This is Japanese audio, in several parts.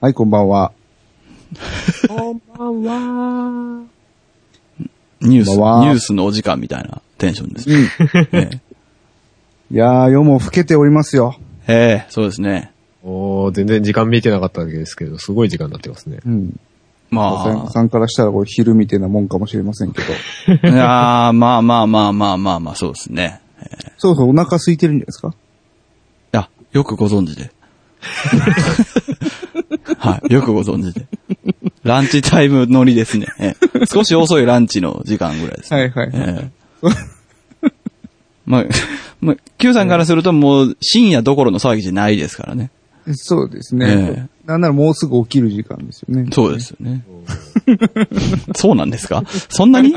はい、こんばんは。こんばんは。ニュース、こんニばんはュースのお時間みたいなテンションです。うん。えいやー、夜も更けておりますよ。え、ええそうですね。おー、全然時間見えてなかったわけですけど、すごい時間になってますね。うん。朝ま山さんからしたら、これ昼みたいなもんかもしれませんけど。あ、いやーまあまあまあまあまあまあ、そうですね。そうそう、お腹空いてるんじゃないですかいや、よくご存知で。 はい、よくご存知で。ランチタイム乗りですね。ええ少し遅いランチの時間ぐらいですね。いはええまあ、まあ、Q さんからするともう深夜どころの騒ぎじゃないですからね。そうですえね。なんならもうすぐ起きる時間ですよね。そうですよね。 そうなんですかそんなに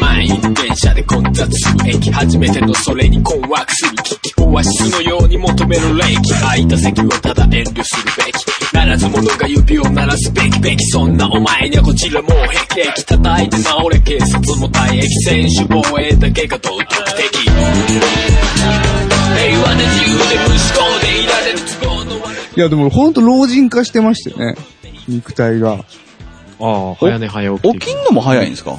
満員電車で混雑する駅初めてのそれに困惑する危機オアシスのように求める冷気空いた席はただ遠慮するべきならず者が指を鳴らすべきべきそんなお前にはこちらもうへき叩いて治れ警察も退役選手防衛だけが道徳的平和で自由で無思考でいられる都合の悪いいや、でもほんと老人化してましてね。肉体が。ああ、早寝早起き。起きんのも早いんですか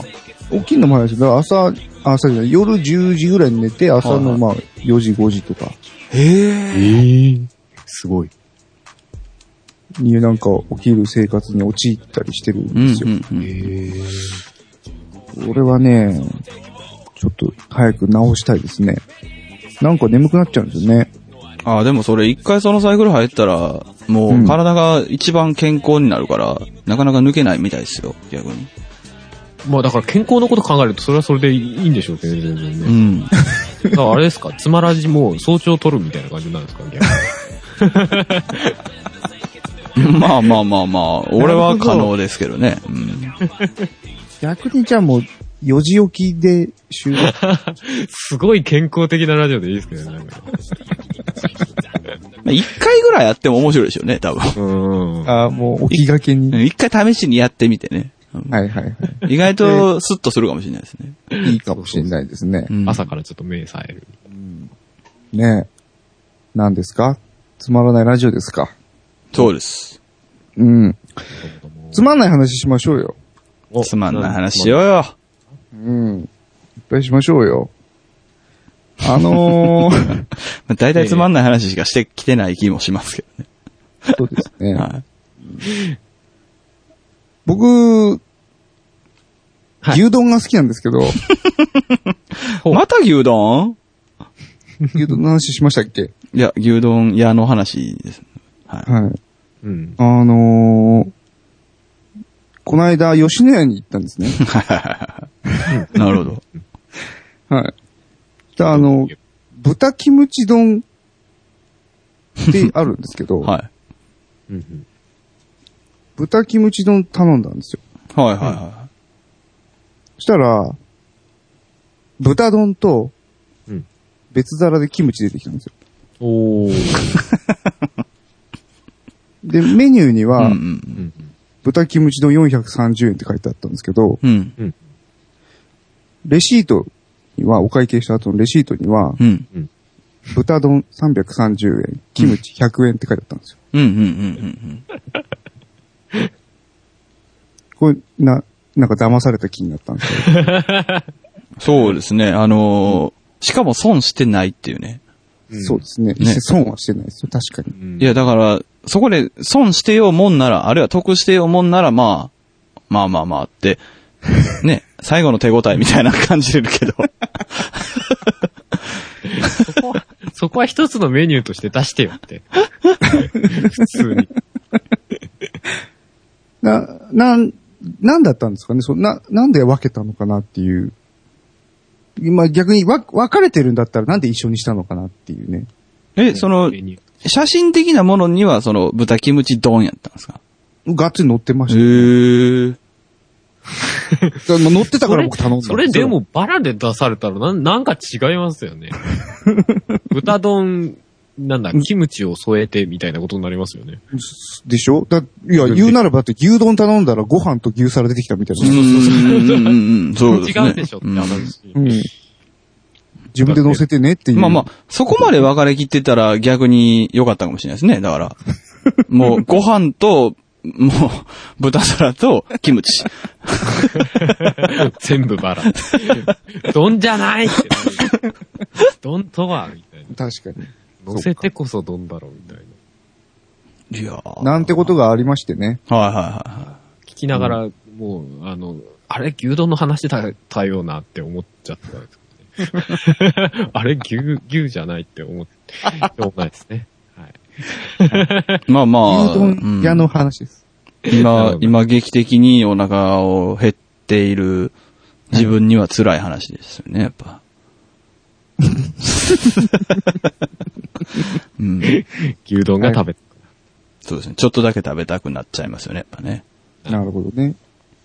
起きるのも早いです。だから朝、朝じゃない、夜10時ぐらいに寝て、朝はいはのいまあ4時5時とかへえ。ええすごい。になんか起きる生活に陥ったりしてるんうんですよ。うんうん。俺はね、ちょっと早く直したいですね。なんか眠くなっちゃうんですよね。ああ、でもそれ一回そのサイクル入ったら、もう体が一番健康になるから、なかなか抜けないみたいですよ、逆に。まあだから健康のこと考えると、それはそれでいいんでしょうけどね、全然うね。ん。だからあれですか、つまらじもう早朝取るみたいな感じなんですか、逆に。 まあまあまあまあ、俺は可能ですけどね。うん。逆にじゃあもう4時起きで収 録。すごい健康的なラジオでいいですけどね、なんか。まあ一回ぐらいやっても面白いでしょうね、多分。うーん。ああ、もう起きがけに。うん一回試しにやってみてね。うんはいはいは意外とスッとするかもしれないですね。い。いいかもしれないですねう。ん朝からちょっと目冴える。ねえ。何ですかつまらないラジオですかそうです。うん。つまんない話しましょうよ。おつまんない話しようよ。うん。いっぱいしましょうよ。あのー、まあ大体つまんない話しかしてきてない気もしますけど そうですね。ね。はい。僕、はい牛丼が好きなんですけど、うまた牛丼牛丼の話しましたっけいや、牛丼屋の話です。はい。はい。うん。あのー、この間、吉野家に行ったんですね。 なるほど。はい。で、あの、豚キムチ丼ってあるんですけど、 はい。うん。豚キムチ丼頼んだんですよ。はいはいはそしたら、豚丼とうん、別皿でキムチ出てきたんですよ。おー。で、メニューにい。は、うんうん。豚キムチ丼430円って書いてあったんですけど、うん。うん。レシートには、お会計した後のレシートには、うん。豚丼330円、キムチ100円って書いてあったんですよ。うんうんうんうんこれ、な、なんか騙された気になったんですけど。うん。そうですね。あのー、しかも損してないっていうね。そうですね。ね損はしてないですよ、確かに。うん。いや、だから、そこで損してようもんなら、あるいは得してようもんなら、まあ、まあまあまあって、ね、最後の手応えみたいな感じれるけど。そこは、そこは一つのメニューとして出してよって。普通に。な、なん、なんだったんですかねそんな、なんで分けたのかなっていう。今逆にわ別れてるんだったらなんで一緒にしたのかなっていうね。え、その、メニュー写真的なものには、その、豚キムチ丼やったんですかガッツリ乗ってまへした。ー。だから乗ってたから僕頼んだんすそれでもバラで出されたらなん、なんか違いますよ ね。豚丼、なんだ、キムチを添えてみたいなことになりますよね。でしょだ、いや、言うならばだって牛丼頼んだらご飯と牛皿出てきたみたいな。うんうんうんそうですね。違うでしょってうん話。うん。自分で乗せてねっていう。まあまあ、そこまで分かれきってたら逆に良かったかもしれないですね。だから、もうご飯と、もう、豚皿とキムチ。全部バラ。丼じゃないってなる。丼とはみたいな。確かに。乗せてこそ丼だろうみたいな。いやーなんてことがありましてね。はいはいは聞きながら、もう、あの、あれ、牛丼の話だったようなって思っちゃったんですけど ねあれ、牛、牛じゃないって思って、しょうがないですね。はい。い。まあまあ、牛丼屋の話です。うん今、今劇的にお腹を減っている自分には辛い話ですよね、やっぱ。うん、牛丼が食べ、そうですね。ちょっとだけ食べたくなっちゃいますよね、やっぱね。んなるほどね。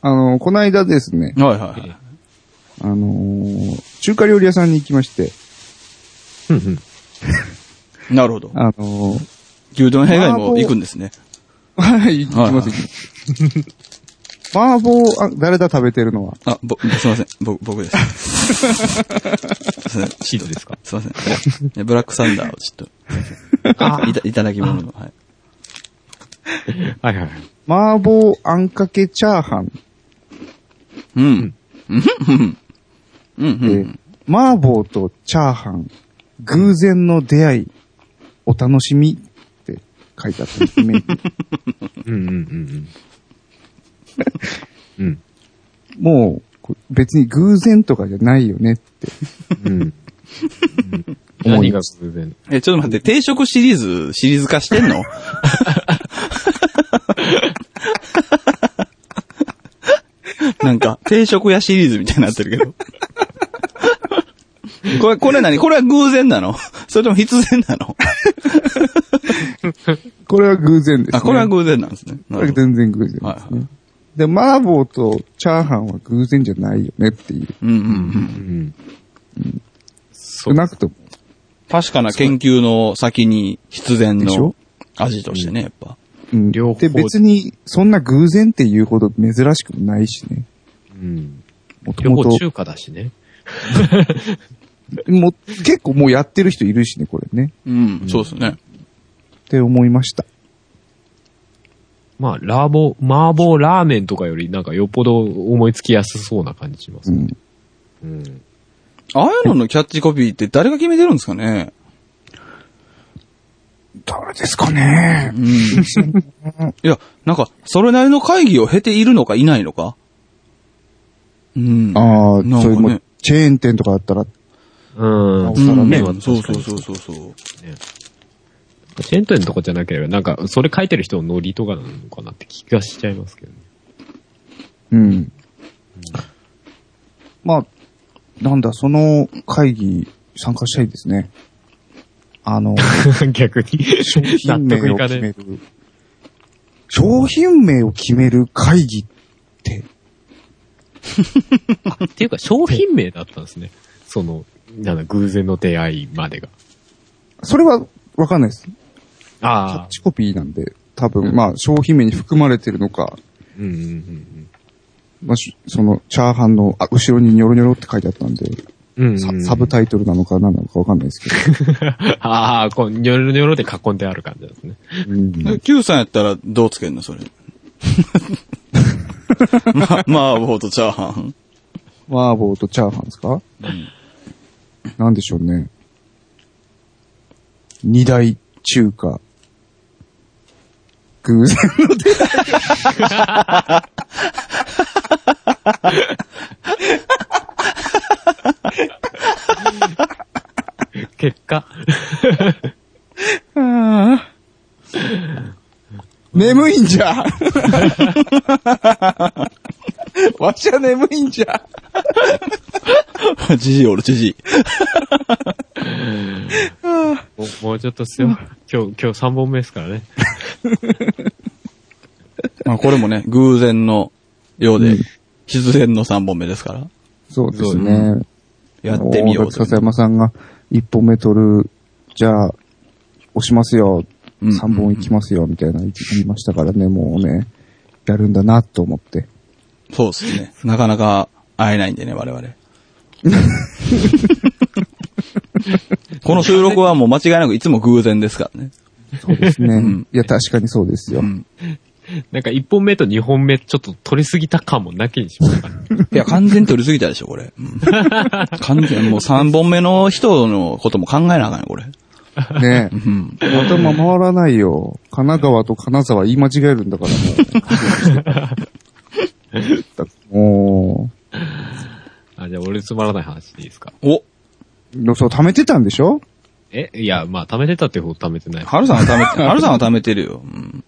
あの、この間ですね、はいはいはい。あのー中華料理屋さんに行きまして、うんうんなるほど。あのー 牛丼以外も行くんですね。はい、行きます、行きます。麻婆、あ、誰だ食べてるのは。あ、ぼ、すいません。ぼ、僕です。 すいません。チーズですかすいませんね。ブラックサンダーをちょっと、いた、いただき物の。はい。はいはいはい。麻婆あんかけチャーハンうん。うん。うん。で、うん。麻婆とチャーハン、偶然の出会い、お楽しみって書いてあったんですメニューうんうんうんうん。 もう、こう別に偶然とかじゃないよねって。うん。うん。何が偶然。え、ちょっと待って、定食シリーズ、シリーズ化してんの なんか、定食屋シリーズみたいになってるけど。これ、これ何これは偶然なのそれとも必然なのこれは偶然です、ね。あ、これは偶然なんですね。なこるれはほど全然偶然ですね。はいはいで、麻婆とチャーハンは偶然じゃないよねっていう。うんうんうん。うん。少なくとも。確かな研究の先に必然でしのょ味としてね、やっぱ。うん両方で、別に、そんな偶然っていうほど珍しくもないしね。うん。もと両も方と、中華だしね。もう結構もうやってる人いるしね、これね。うん、そうですね。って思いました。まあ、ラーボ、麻婆ラーメンとかよりなんかよっぽど思いつきやすそうな感じしますう。ん。うん。ああいうののキャッチコピーって誰が決めてるんですかねどれですかねうん。 いや、なんか、それなりの会議を経ているのかいないのかうん。ああ、なんそかういうもねう、。チェーン店とかだったら、うん。お皿ねうんそうそうそうそうそう。チェーン店とかじゃなければ、なんか、それ書いてる人のノリとかなのかなって気がしちゃいますけどね。うん。まあ、なんだ、その会議参加したいですね。あの、 逆に。商品納得名いをか決めねる。商品名を決める会議って、え。っていうか、商品名だったんですね。その、なんだ、偶然の出会いまでが。それはわかんないです。キャああッ。チコピーなんで、多分、まあ、商品名に含まれてるのか、うんうんうんまあ、しその、チャーハンのあ後ろにニョロニョロって書いてあったんで、うん。うんサうんサブタイトルなのか何なのかわかんないですけ ああ、こう、ニョロニョロで囲んである感じですね。ど。うん、 Q さんやったらどうつけんのそれ。 ま、麻婆とチャーハン。麻婆とチャーハンですかなんでしょうね。二大中華。偶然の出結果。会。眠いんじゃ。わしは眠いんじゃ。じじいおる、じじい。も うもうちょっとすよ。今日、今日3本目ですからね。 まあこれもね、偶然のようで、必然の3本目ですから。そうですね。やってみよう大笠山さんが一本目取る、じゃあ、押しますよ、うん三本いきますよ、みたいな言いましたからね、もうね、やるんだなと思って。そうですね。なかなか会えないんでね、我々。この収録はもう間違いなくいつも偶然ですからね。そうですね。んいや、確かにそうですよ。うん。なんか1本目と2本目ちょっと取りすぎた感もなきにしますから。いや、完全に取りすぎたでしょ、これ。 うん、完全、もう3本目の人のことも考えなあかんよ、これ。ねうん。頭回らないよ。神奈川と金沢言い間違えるんだからもう。もあ、じゃあ俺つまらない話でいいですか。お、う、そう、貯めてたんでしょえいや、まあ、貯めてたってほど貯めてない。ハルさんは貯め て、ハルさんは貯めてるよ。うん。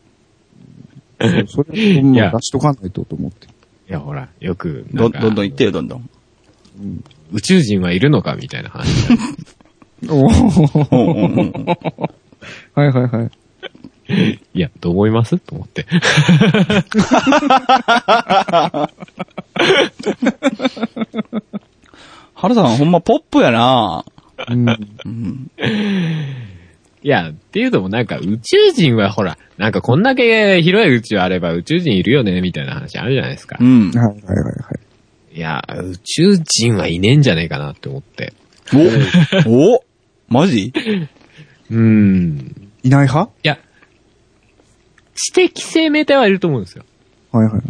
そうそれをもうい出やしとかないとと思って。いや、ほら、よくなど、んか、どんどん行ってよ、どん どん。宇宙人はいるのかみたいな話。 おーうんうんうんうん。はいはいはい。いや、どう思いますと思って。 ハルさんほんまポップやなうん、うん。いや、っていうのもなんか宇宙人はほら、なんかこんだけ広い宇宙あれば宇宙人いるよねみたいな話あるじゃないですかう。 ん。はいはいはいはい。いや、宇宙人はいねえんじゃねえかなって思って。お、おマジうーん。いない派いや、知的生命体はいると思うんですよ。はいはいはい。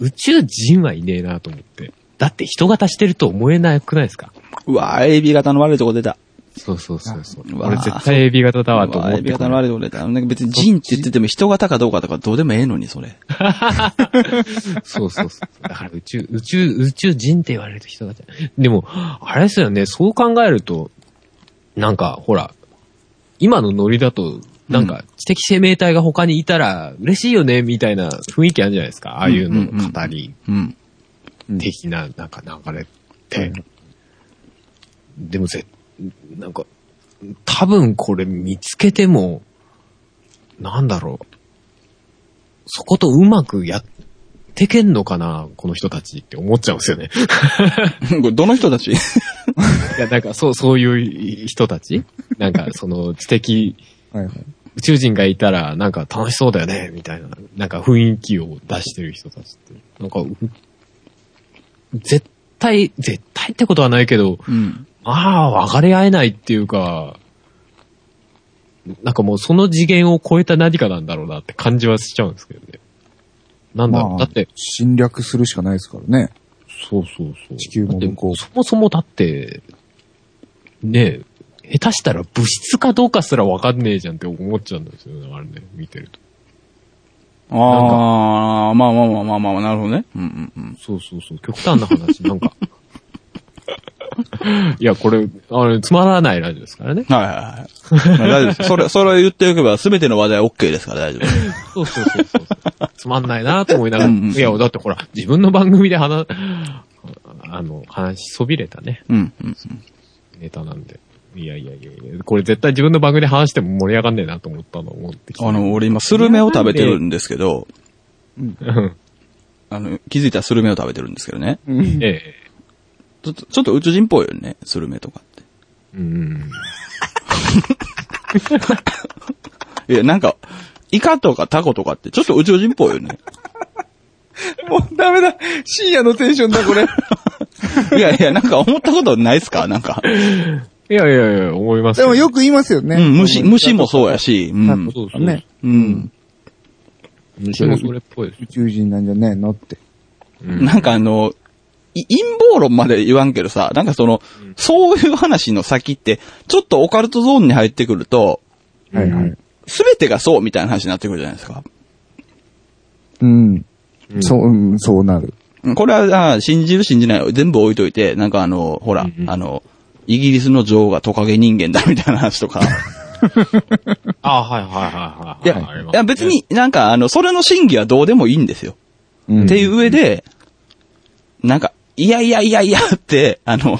宇宙人はいねえなと思って。だって人型してると思えなくないですかうわ AB 型の悪いとこ出た。そうそうそうそう。うわ俺絶対 AB 型だわと思っうわ AB て型の悪いとこ出た。なんか別に人って言ってても人型かどうかとかどうでもええのに、それ。そうそうそう。だから宇宙、宇宙、宇宙人って言われると人が。でも、あれですよね、そう考えると、なんか、ほら、今のノリだと、なんか、知的生命体が他にいたら嬉しいよね、みたいな雰囲気あるじゃないですか。ああいうのの語りうん。的な、なんか流れって。でもぜ、なんか、多分これ見つけても、なんだろう。そことうまくやってけんのかな、この人たちって思っちゃうんですよね。こ れどの人たちいや、なんか、そう、そういう人たちなんか、その、知的、はいはい。宇宙人がいたら、なんか楽しそうだよね、みたいな、なんか雰囲気を出してる人たちって。なんか、う絶対、絶対ってことはないけど、 うん。まあ、分かり合えないっていうか、なんかもうその次元を超えた何かなんだろうなって感じはしちゃうんですけどね。なんだろう、まあだって、侵略するしかないですからね。そうそうそう。地球も向こうだってそもそもだって、ねえ、下手したら物質かどうかすらわかんねえじゃんって思っちゃうんですよね、あれね、見てると。ああ、まあまあまあまあまあ、なるほどね。うんうんうん。そうそうそう、極端な話、なん か。いや、これ、あれ、つまらないラジオですからね。はいはいはい。まあ大丈夫 です。それ、それを言っておけば全ての話題は OK ですから大丈夫です。そうそうそうそう。つまんないなと思いながら。うんうんいや、だってほら、自分の番組で話、あの、話しそびれたね、うんうんうん。ネタなんで。いやいやいやいや、これ絶対自分の番組で話しても盛り上がんねえなと思ったのを思ってき て。あの、俺今スルメを食べてるんですけど、うん、あの、気づいたらスルメを食べてるんですけどね。 ええ。ちょっと、ちょっと宇宙人っぽいよね、スルメとかって。うん。いや、なんか、イカとかタコとかって、ちょっと宇宙人っぽいよね。 もうダメだ深夜のテンションだこれ。いやいや、なんか思ったことないっすかなんか。いやいやいや、思いま すでもよく言いますよね。うん、虫、虫もそうやし、うなんん。そうとそかうね。うん。虫もそれっぽいです宇。宙人なんじゃねえのって。うんなんかあの、い陰謀論まで言わんけどさ、なんかその、そういう話の先って、ちょっとオカルトゾーンに入ってくると、はいはい。すべてがそうみたいな話になってくるじゃないですか。うん。そう、うん、そうなる。うんこれは、あ信じる信じない全部置いといて、なんかあの、ほら、うんうんあの、イギリスの女王がトカゲ人間だみたいな話と か。あ、はいはいはいはい。いや、ありいますや別になんかあの、それの真偽はどうでもいいんですよ。うんっていう上で、なんか、いやいやいやいやって、あの、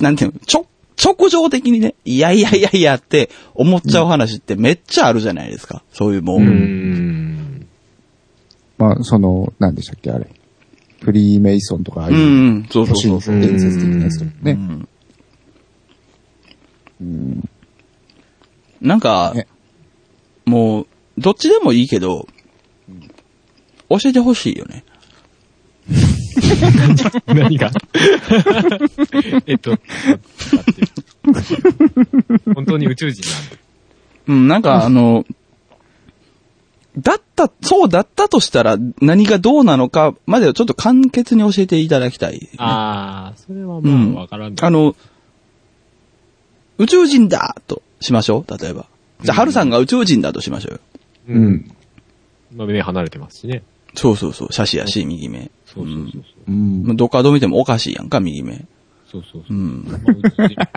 なんていうの、ちょ、直情的にね、いやいやいやいやって思っちゃう話ってめっちゃあるじゃないですか。そういうもう、うん。まあ、その、何でしたっけ、あれ。フリーメイソンとか、ああいうう、ん、そう都そう市そ伝うそう。説的なやつとかね。うんなんかね、もう、どっちでもいいけど、教えてほしいよね。何がえ っと、本当に宇宙人うん、なんかあの、だった、そうだったとしたら何がどうなのかまでをちょっと簡潔に教えていただきたい。なんああ、それはうんまあわからんあの、宇宙人だとしましょう、例えば。じゃあ、ハルさんが宇宙人だとしましょうよ。う。うんん。まあ目離れてますしね。そうそうそう、シャシやし、右目。そうそうそううん。まあどっからどう見てもおかしいやんか、右目。そう。そうそううそう。ん。まあ宇宙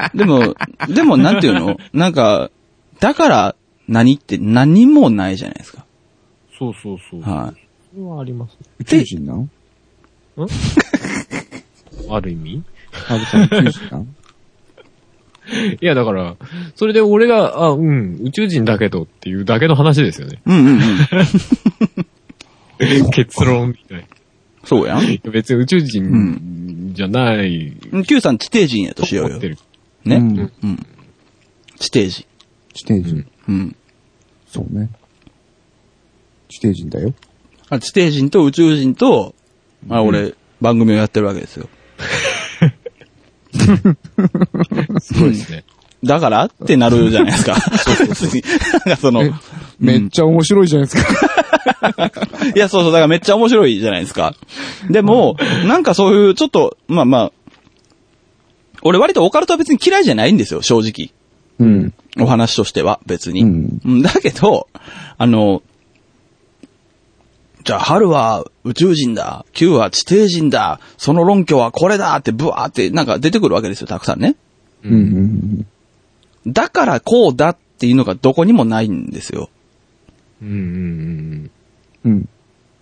人でも、でもなんていうのなんか、だから何って何もないじゃないですか。そうそう そう。はそれはありますね。宇宙人なのある意味ハルさん宇宙人なのいや、だから、それで俺が、あ、うん、宇宙人だけどっていうだけの話ですよね。 い。うんうんうん。結論みたいそうやん。な。別に宇宙う人じゃない、 Q さん、地底人やとしとよう思よって。る。うね。ん。地底人。地底人。うん。そうね。地底人だよ。あ地底人と宇宙人と、まあ俺、番組をやってるわけですよ。すごいですね。だからってなるじゃないですか。 別になんかその、いめっちゃ面白いじゃないですか。や、そうそう、だからめっちゃ面白いじゃないですか。でも、なんかそういう、ちょっと、まあまあ、俺割とオカルトは別に嫌いじゃないんですよ、正直。うん。お話としては、別に。うんうんだけど、あの、じゃあ、春は宇宙人だ、Q は地底人だ、その論拠はこれだって、ブワーって、なんか出てくるわけですよ、たくさんね。うんうんだからこうだっていうのがどこにもないんですよ。うんうんうん。うん。うん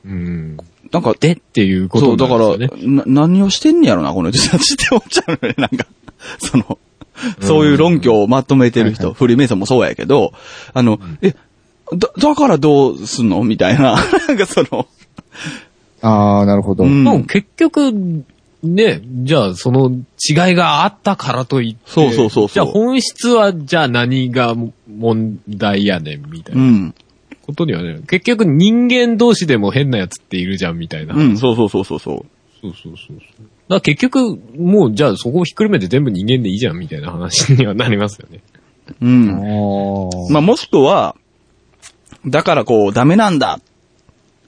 うん。うん。っなんか、で、ていうこそとう、だかなんら、ですよね。な何をしてんねやろな、この人たちって思っちゃうのね、なんか、 その、そういう論拠をまとめてる人、フリーメイソンもそうやけど、あの、え、だ、だからどうすんのみたいな、 なんかその、あー、なるほど。うんでも結局、ね、じゃあその違いがあったからといって、そうそうそうそう。じゃあ本質はじゃあ何が問題やねんみたいうなんことにはね、結局人間同士でも変なやつっているじゃんみたいな。うん、そうそうそうそうそう。そうそうそうそう。だから結局、もうじゃあそこをひっくるめて全部人間でいいじゃんみたいな話にはなりますよね。うあん。ー。まあ、もしくは、だからこう、ダメなんだ。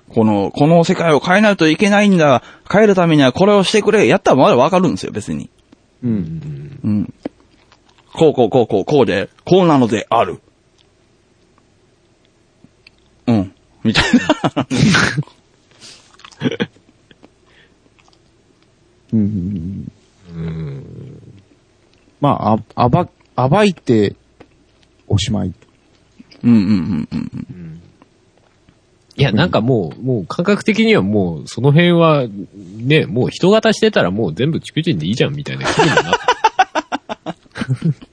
この、この世界を変えないといけないんだ。変えるためにはこれをしてくれ。やったらまだわかるんですよ、別に。うん。うん。こうこうこうこうこうで、こうなのである。うん。みたいな。うんうんうん。まあ、あ、暴、暴いて、おしまい。うんうんうんうん。いや、なんかもう、もう感覚的にはもう、その辺は、ね、もう人型してたらもう全部地球人でいいじゃんみたいな気分になって。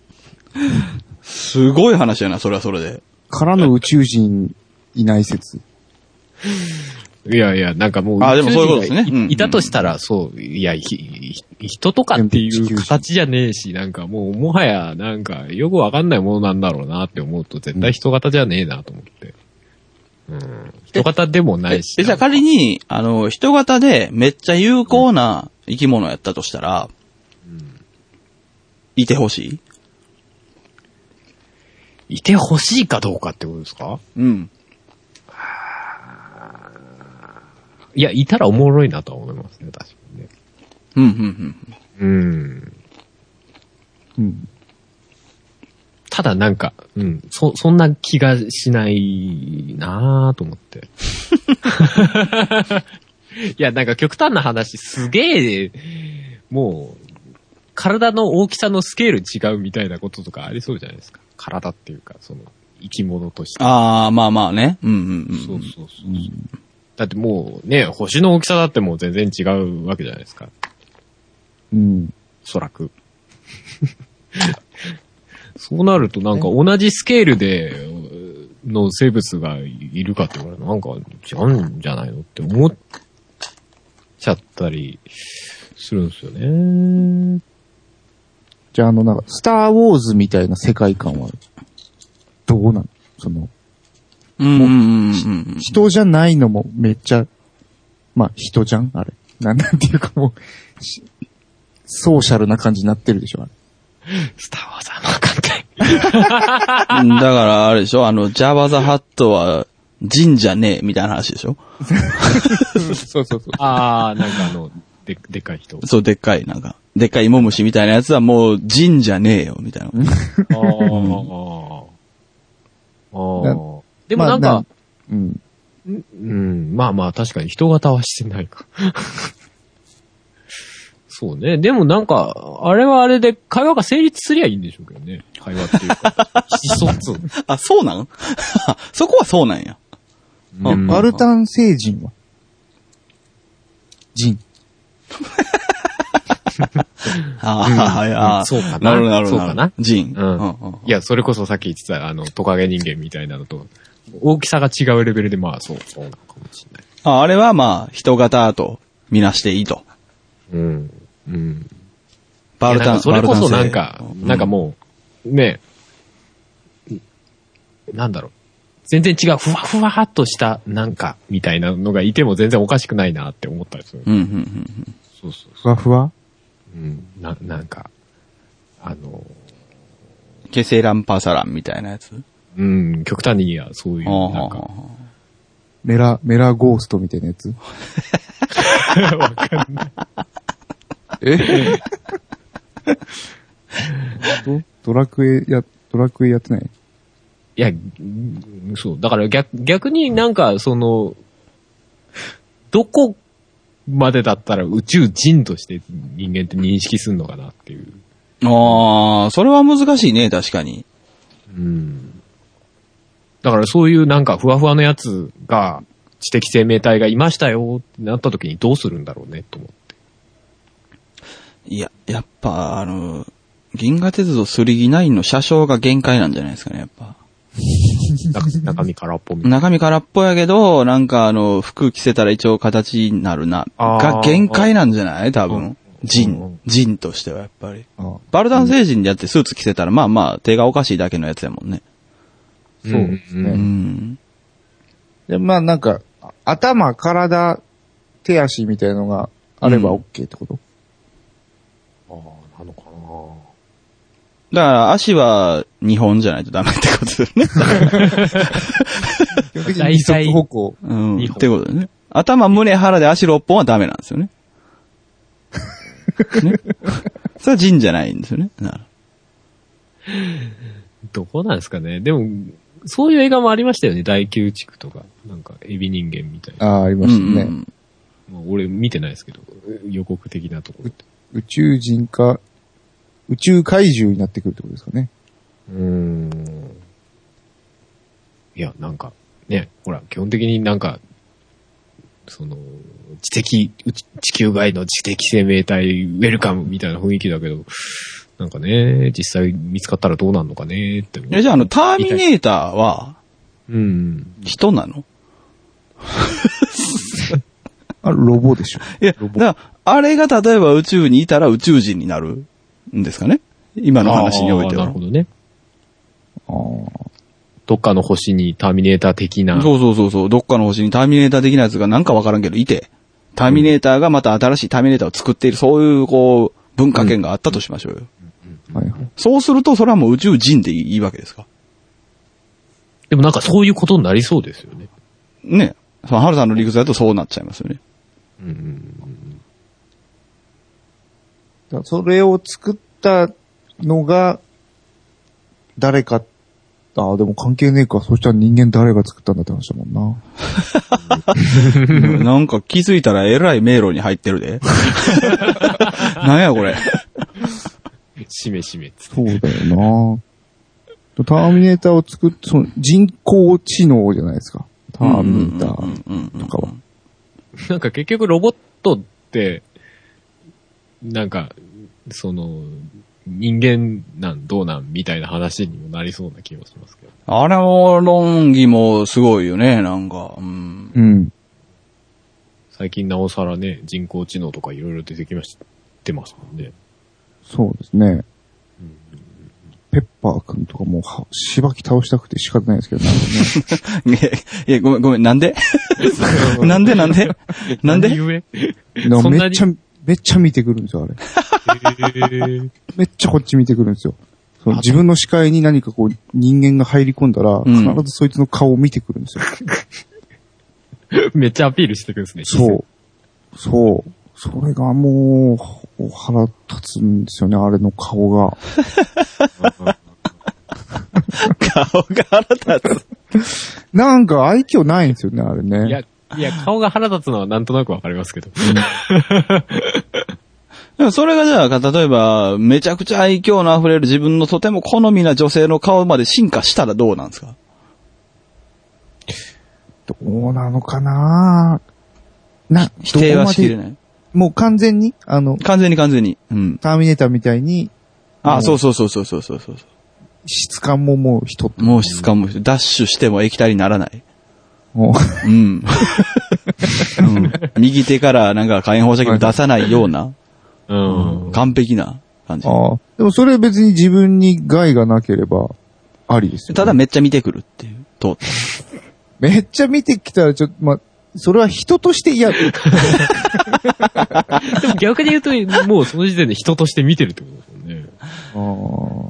すごい話やな、それはそれで。からの宇宙人いない説。いやいや、なんかもう、あでもそういうことですね宇宙人がうんいたとしたら、そう、いや、ひ、ひ人とかっていう形じゃねえし、なんかもう、もはや、なんか、よくわかんないものなんだろうなって思うと、絶対人型じゃねえなと思って。うん。人型でもないし。え、じゃあ仮に、あの、人型でめっちゃ有効な生き物やったとしたら、いてほしいいてほしいかどうかってことですかうん。いや、いたらおもろいなとは思いますね、確かにね。うん、うん、うん。うん。うん。ただなんか、うん、そ、そんな気がしないなぁと思って。いや、なんか極端な話、すげえ、もう、体の大きさのスケール違うみたいなこととかありそうじゃないですか。体っていうか、その、生き物として。あー、まあまあね。うん、うん、うん。そうそうそうそう。だってもうね、星の大きさだってもう全然違うわけじゃないですか。うん。おそらく。 そうなるとなんか同じスケールで、の生物がいるかって言われるとなんか違うんじゃないのって思っちゃったりするんですよね。じゃあ、あの、なんか、スター・ウォーズみたいな世界観は、どうなのその、うんうんうんうん。人じゃないのもめっちゃ、まあ、人じゃんあれ。なんなんていうかもう、しソーシャルな感じになってるでしょあれスターワーズはわかんない。うんだから、あれでしょあの、ジャバザハットは、神じゃねえ、みたいな話でしょそうそうそう。ああ、なんかあの、で、でかい人。そう、でっかい、なんか、でっかい芋虫みたいなやつはもう、神じゃねえよ、みたいな。ああ。あーなあー。でもなまあんか、、なうん。うん、まあまあ確かに人型はしてないか。 そうね。でもなんか、あれはあれで会話が成立すりゃいいんでしょうけどね。会話っていうか。 思想っつうの あ、そうなん そこはそうなんや。あ、うんバルタン星人は人。ああ、そうかななるほど、なるほど。そうかな人。うんいや、それこそさっき言ってた、あの、トカゲ人間みたいなのと、大きさが違うレベルで、まあ、そう、そうなのかもしれない。ああれはまあ、人型とみなしていいと。うん。うん。バルタいやなんン、かそれこそなんバルかタン、製なんかもう、ねえ、なんだろう、全然違う、ふわふわっとした、なんか、みたいなのがいても全然おかしくないなって思ったりする。うん、うん、うんそうそうふわふわう。ん。な、なんか、あの、うん。ケセランパサランみたいなやつ。うん、極端にはそういう、ああなんか、メラ、メラゴーストみたいなやつわかんない。えドドラクエや、ドラクエやってないいや、うんそう。だから逆、逆になんか、その、どこまでだったら宇宙人として人間って認識するのかなっていう。ああ、それは難しいね、確かに。うんだからそういうなんかふわふわのやつが知的生命体がいましたよってなった時にどうするんだろうねと思って。いや、やっぱ、あの、銀河鉄道3D9 の車掌が限界なんじゃないですかね、やっぱ。中中身空っぽみたいな。中身空っぽやけど、なんかあの、服着せたら一応形になるな。あーが限界なんじゃない多う分ん。人、人としてはやっぱり。ああバルダン星人でやってスーツ着せたら、まあまあ、手がおかしいだけのやつやもんね。 そうですねんう。うんで、まあなんか、あ頭、体、手足みたいなのがあれば OK ってこと、ああ、なのかなだから、足は2本じゃないとダメってことだよ ね。基本的に二足歩行。うん。二っ本てことだよね。頭、胸、腹で足6本はダメなんですよ ね。ね。それは人じゃないんですよね。なるどこなんですかね。でも、そういう映画もありましたよね。大宮地区とか。なんか、エビ人間みたいな。ああ、ありまうんしたね、うんまあ、俺見てないですけど、予告的なところって。宇宙人か、宇宙怪獣になってくるってことですかね。うーん。いや、なんか、ね、ほら、基本的になんか、その、知的、うち地球外の知的生命体、ウェルカムみたいな雰囲気だけど、なんかね、実際見つかったらどうなんのかねって思う。え、じゃあ、あの、ターミネーターは、うん。人なのあ、ロボでしょ。いや、だから、あれが例えば宇宙にいたら宇宙人になるんですかね今の話においてあーなはるほ。どね。ああ。どっかの星にターミネーター的な。そうそうそうそう。どっかの星にターミネーター的なやつがなんかわからんけど、いて。ターミネーターがまた新しいターミネーターを作っている、そういう、こう、文化圏があったとしましょうよ。はいはい。そうすると、それはもう宇宙人でいいわけですか。でもなんかそういうことになりそうですよね。ね。その、ハルさんの理屈だとそうなっちゃいますよね。 うんうん。だそれを作ったのが、誰か、ああ、でも関係ねえか。そしたら人間誰が作ったんだって話だもんな。うんなんか気づいたらえらい迷路に入ってる で。 なんやこれ。しめしめつ。そうだよ な。ターミネーターを作っ、その人工知能じゃないですか。ターミネーターとかは。 なんか結局ロボットって、なんか、その、人間なん、どうなん、みたいな話にもなりそうな気もしますけど。あれも論議もすごいよね、なんか。 うん。うん。最近なおさらね、人工知能とかいろいろ出てきまし、出ますもんね。そうですね。ペッパーくんとかもうは、しばき倒したくて仕方ないですけど、なんかねい や、いやごめん、ごめん、なんでなんでなんでなんでゆえ なんそかんめなっにちゃ、めっちゃ見てくるんですよ、あれ。めっちゃこっち見てくるんですよ。その自分の視界に何かこう人間が入り込んだら、ん必ずそいつの顔を見てくるんですよ。 めっちゃアピールしてくるんですね。そう。そう。それがもう、腹立つんですよね、あれの顔が。顔が腹立なんか愛嬌ないんですよね、あれね。いや、いや、顔が腹立つのはなんとなくわかりますけど。つ。でもそれがじゃあ、例えば、めちゃくちゃ愛嬌の溢れる自分のとても好みな女性の顔まで進化したらどうなんですかどうなのかなな、否定はしきれどこまない。でもう完全に、あの、完全に完全に。うん。ターミネーターみたいに、あ、うんそうそうそうそうそうそうそう。質感ももう人、もう質感も、ダッシュしても液体にならない。 もう うん。うん右手からなんか火炎放射器も出さないような、うん。完璧な感じ。ああでもそれ別に自分に害がなければ、ありですよ、ね。ただめっちゃ見てくるっていう。と。めっちゃ見てきたら、ちょっと、まあ、それは人として 嫌。でも逆に言うと、もうその時点で人として見てるってことですよね。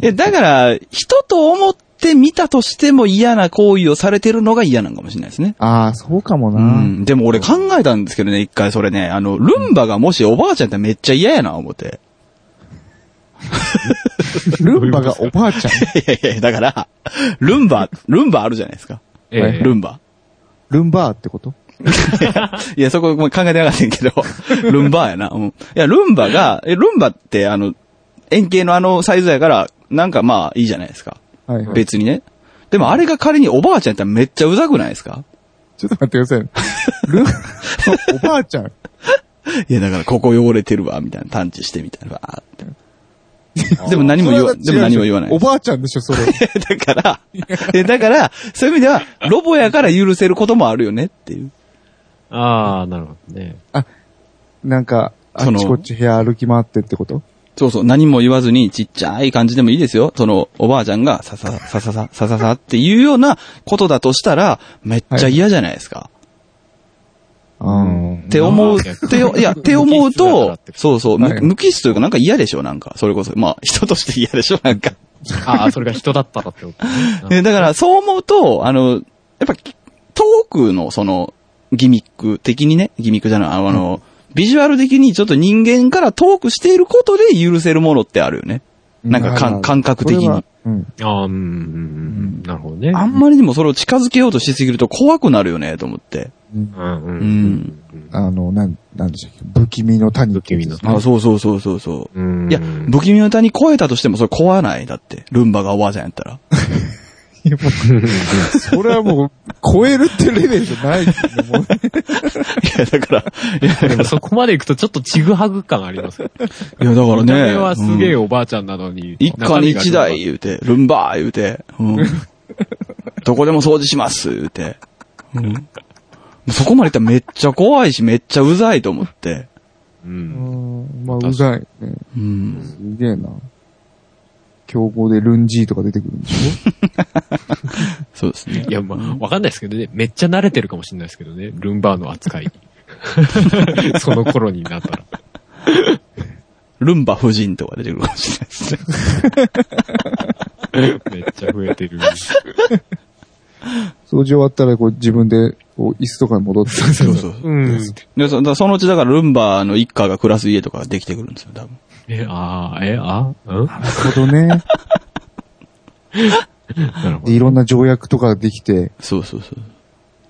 あえ、だから、人と思って見たとしても嫌な行為をされてるのが嫌なのかもしれないですね。あー、そうかもうな。ん。でも俺考えたんですけどね、一回それね、あの、ルンバがもしおばあちゃんってめっちゃ嫌やな、思って。 ルンバがおばあち ゃん。いやいやいやだから、ルンバ、ルンバあるじゃないですか。ええルンバ。ルンバーってこといや、そこもう考えてなかったんやけど、 ルンバやな。うん。いや、ルンバが、え、ルンバってあの、円形のあのサイズやから、なんかまあいいじゃないですか。はいはい。別にね。でもあれが仮におばあちゃんやったらめっちゃうざくないですかちょっと待ってくださいね。ルン、 おばあちゃん。 いや、だからここ汚れてるわ、みたいな。探知してみたいな。わーって。でも何も言わ、でも何も言わないおです。ばあちゃんでし ょ、それ。だから、 えだから、そういう意味では、ロボやから許せることもあるよねっていう。ああ、なるほどね。なんか、あそっのちこっち部屋歩き回ってってことそうそう、何も言わずにちっちゃい感じでもいいですよ。その、おばあちゃんが、ささ、さささ、さささっていうようなことだとしたら、めっちゃ嫌じゃないですか。うん。って思う、まあ逆って、いや、って思う無機質だからとって、そうそう、はむい無機質というかなんか嫌でしょ、なんか。それこそ。まあ、人として嫌でしょ、なんか。ああ、それが人だったらってことでね、だから、そう思うと、あの、やっぱ、トークの、その、ギミック的にね、ギミックじゃない、あの、あのビジュアル的にちょっと人間からトークしていることで許せるものってあるよね。なんかかん感覚的にそれはうん。ああ、うん、うんうん、なるほどね。あんまりにもそれを近づけようとしすぎると怖くなるよね、と思って。うん、う。うんん。あの、なん、なんでしたっけ不気味の谷ってやつですね。あ、そうそうそうそうそう。うんいや、不気味の歌に超えたとしてもそれ怖ないだって。ルンバがおばあちゃんやったら。 いやもうそれはもう、超えるってレベルじゃないですね。もういや、だから、いや、でもそこまで行くとちょっとちぐはぐ感あり ますよね。いやだから見た目ね。はすげえうんおばあちゃんなのに。一家に一台中身が言うて、ルンバー言うて、 うん。どこでも掃除します言うて。うん。そこまで行ったらめっちゃ怖いし、めっちゃうざいと思って。うん。うん。まあ、うざいね。うん。すげえな。競合でルンジーとか出てくるんでしょそうですね。いや、まあ、わかんないですけどね。めっちゃ慣れてるかもしれないですけどね。ルンバーの扱い に。その頃になったら。ルンバ夫人とか出てくるかもしれないですね。めっちゃ増えてる。掃除終わったら、こう、自分で、こう、椅子とかに戻って。そうそう。うん。で、そだからそのうちだからルンバの一家が暮らす家とかができてくるんですよ、多分。え、ああ、え、あうんなるほどね。なるほで、い ろんな条約とかできて、そうそうそう。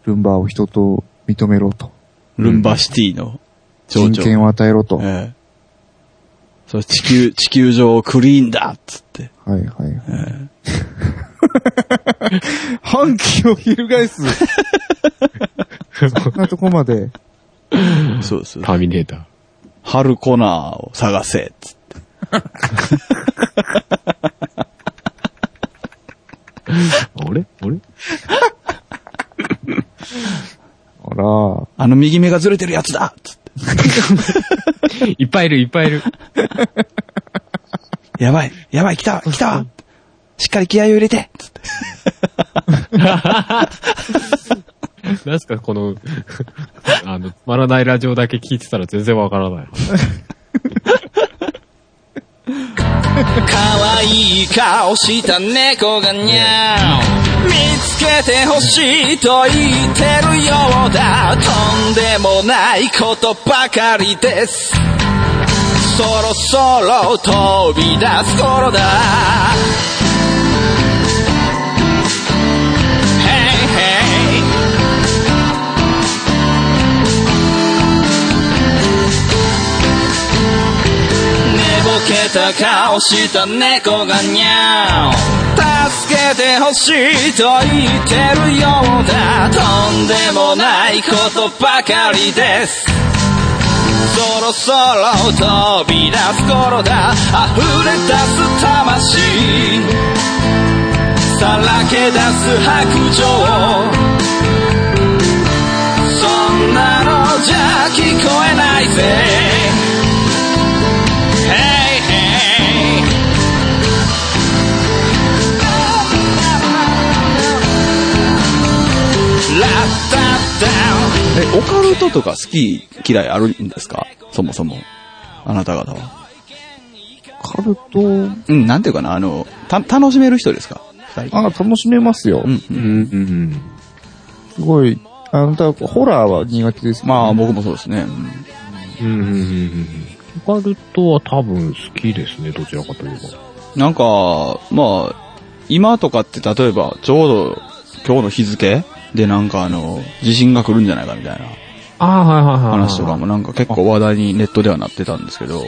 ルンバーを人と認めろと。ルンバシティの情人緒。権を与えろと。はいええ。そう、地球、地球上をクリーンだっつって。はいはい。反旗を翻す。ど。そんなとこまで。そうそうタ。ーミネータ春コナーを探せ、つって。あれあれあら、あの右目がずれてるやつだつって。いっぱいいる、いっぱいいる。やばい、やばい、来た、来たしっかり気合を入れてつって。なんすか、この、 あの、つまらないラジオだけ聞いてたら全然わからない。可愛い顔した猫がにゃー見つけてほしいと言ってるようだとんでもないことばかりですそろそろ飛び出す頃だ Hey, hey. 寝ぼけた顔した猫がにゃー助けてほしいと言ってるようだとんでもないことばかりですそろそろ飛び出す頃だ溢れ出す魂さらけ出す白状そんなのじゃ聞こえないぜ Hey, hey. ラッタッタえ、オカルトとか好き嫌いあるんですかそもそも。あなた方は。カルト、うん、なんていうかな、あの、た、楽しめる人ですか二人。あ楽しめますよ。うん、う。うんん、すごい、あの、ただホラーは苦手ですけど。まあ、僕もそうですね。うんうん。うん、うん。オカルトは多分好きですね、どちらかといえば。なんか、まあ、今とかって例えば、ちょうど今日の日付でなんかあの、地震が来るんじゃないかみたいなああ、はいはいはい。話とかもなんか結構話題にネットではなってたんですけど、